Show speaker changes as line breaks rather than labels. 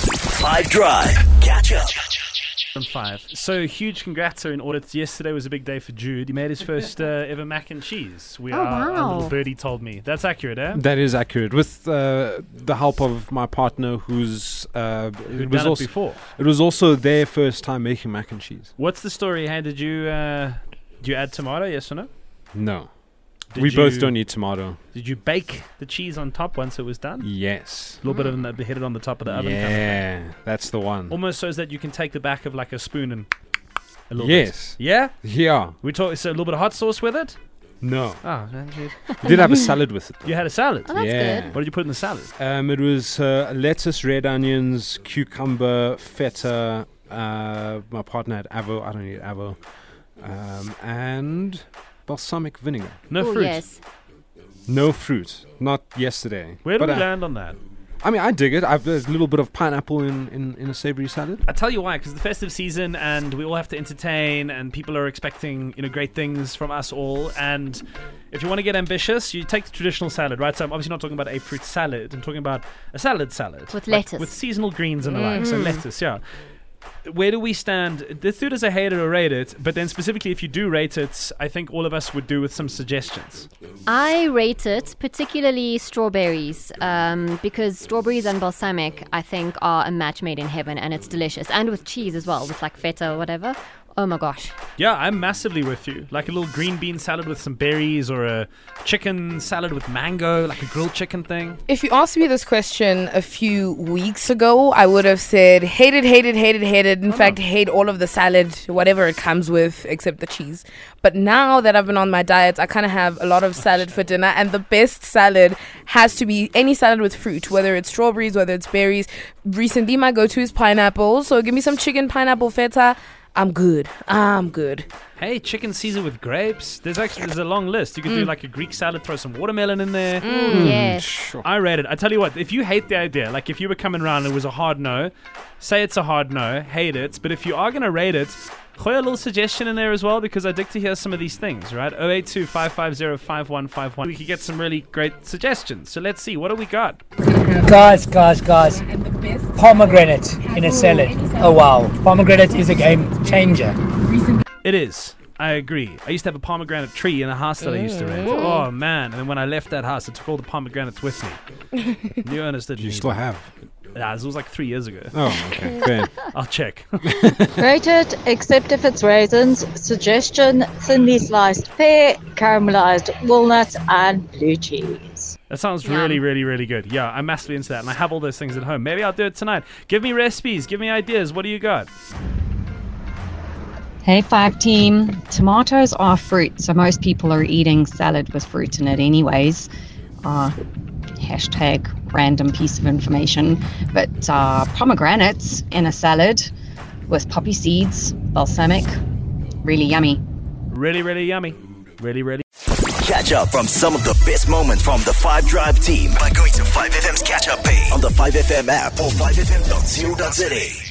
Five Drive. Catch up.
From five. So huge congrats in order. Yesterday was a big day for Jude. He made his first uh, ever mac and cheese. We
Oh,
are. Our
wow.
little birdie told me that's accurate, eh?
That is accurate. With uh, the help of my partner, who's uh,
Who'd
it
done
was also
it before.
it was also their first time making mac and cheese.
What's the story? Hey, did you uh, did you add tomato? Yes or no?
No,
Did
we both
you-
don't eat tomato.
Did you bake the cheese on top once it was done?
Yes,
A little bit of that hit it on the top of the oven. Kind of
yeah, that's the one.
Almost so that you can take the back of like a spoon and a little. bit.
yes,
Yeah.
yeah,
We talk. So a little bit of hot sauce with it.
no.
Oh, no, Jude.
We did have a salad with it. Though.
you had a salad.
Oh, that's
yeah.
good.
What did you put in the salad?
Um, it was uh, lettuce, red onions, cucumber, feta. Uh, my partner had avo. I don't eat avo. Um, and balsamic vinegar.
No
Oh,
fruit.
yes.
No fruit. Not yesterday.
Where did
But uh,
we
I-
land on that?
I mean, I dig it. I've there's a little bit of pineapple in, in, in a savory salad.
I tell you why, because the festive season and we all have to entertain, and people are expecting you know great things from us all. And if you want to get ambitious, you take the traditional salad, right? So I'm obviously not talking about a fruit salad. I'm talking about a salad salad like,
With lettuce. Mm.
with seasonal greens and the like. So lettuce, yeah. Where do we stand? Let's do it as a hate it or rate it. But then specifically, if you do rate it, I think all of us would do with some suggestions.
I rate it, particularly strawberries, um, because strawberries and balsamic, I think, are a match made in heaven, and it's delicious. And with cheese as well, with like feta or whatever. Oh my gosh.
Yeah, I'm massively with you. Like a little green bean salad with some berries, or a chicken salad with mango, like a grilled chicken thing.
If you asked me this question a few weeks ago, I would have said hated, hated, hated, hated. In fact, hate all of the salad, whatever it comes with, except the cheese. But now that I've been on my diet, I kind of have a lot of salad for dinner, and the best salad has to be any salad with fruit, whether it's strawberries, whether it's berries. Recently, my go-to is pineapple. So give me some chicken, pineapple feta. I'm good. I'm good.
Hey, chicken Caesar with grapes. There's actually there's a long list. You could do like a Greek salad, throw some watermelon in there.
Hmm.
Yes.
Mm, Sure.
I read it. I tell you what, if you hate the idea, like if you were coming around and it was a hard no, say it's a hard no, hate it. But if you are gonna rate it, throw a little suggestion in there as well because I'd like to hear some of these things, right? 082 550 5151. We could get some really great suggestions. So let's see, what do we got?
Guys, guys, guys. Pomegranate in a salad. Oh wow. Pomegranate is a game changer.
It is. I agree. I used to have a pomegranate tree in the house that I used to rent. Oh man! And then when I left that house, I took all the pomegranates with me. you understood?
You still have?
Nah, this was like three years ago.
Oh, okay. Fair.
I'll check.
Rate it, except if it's raisins. Suggestion thinly sliced pear, caramelized walnuts, and blue cheese.
That sounds really, really, really good. Yeah, I'm massively into that, and I have all those things at home. Maybe I'll do it tonight. Give me recipes. Give me ideas. What do you got?
Hey, five team. Tomatoes are fruit, so most people are eating salad with fruit in it, anyways. Uh, hashtag random piece of information. But uh, pomegranates in a salad with poppy seeds, balsamic, really yummy.
Really, really yummy. Really, really.
Catch up from some of the best moments from the Five Drive team by going to 5FM's catch up page on the 5FM app or 5FM.co.za.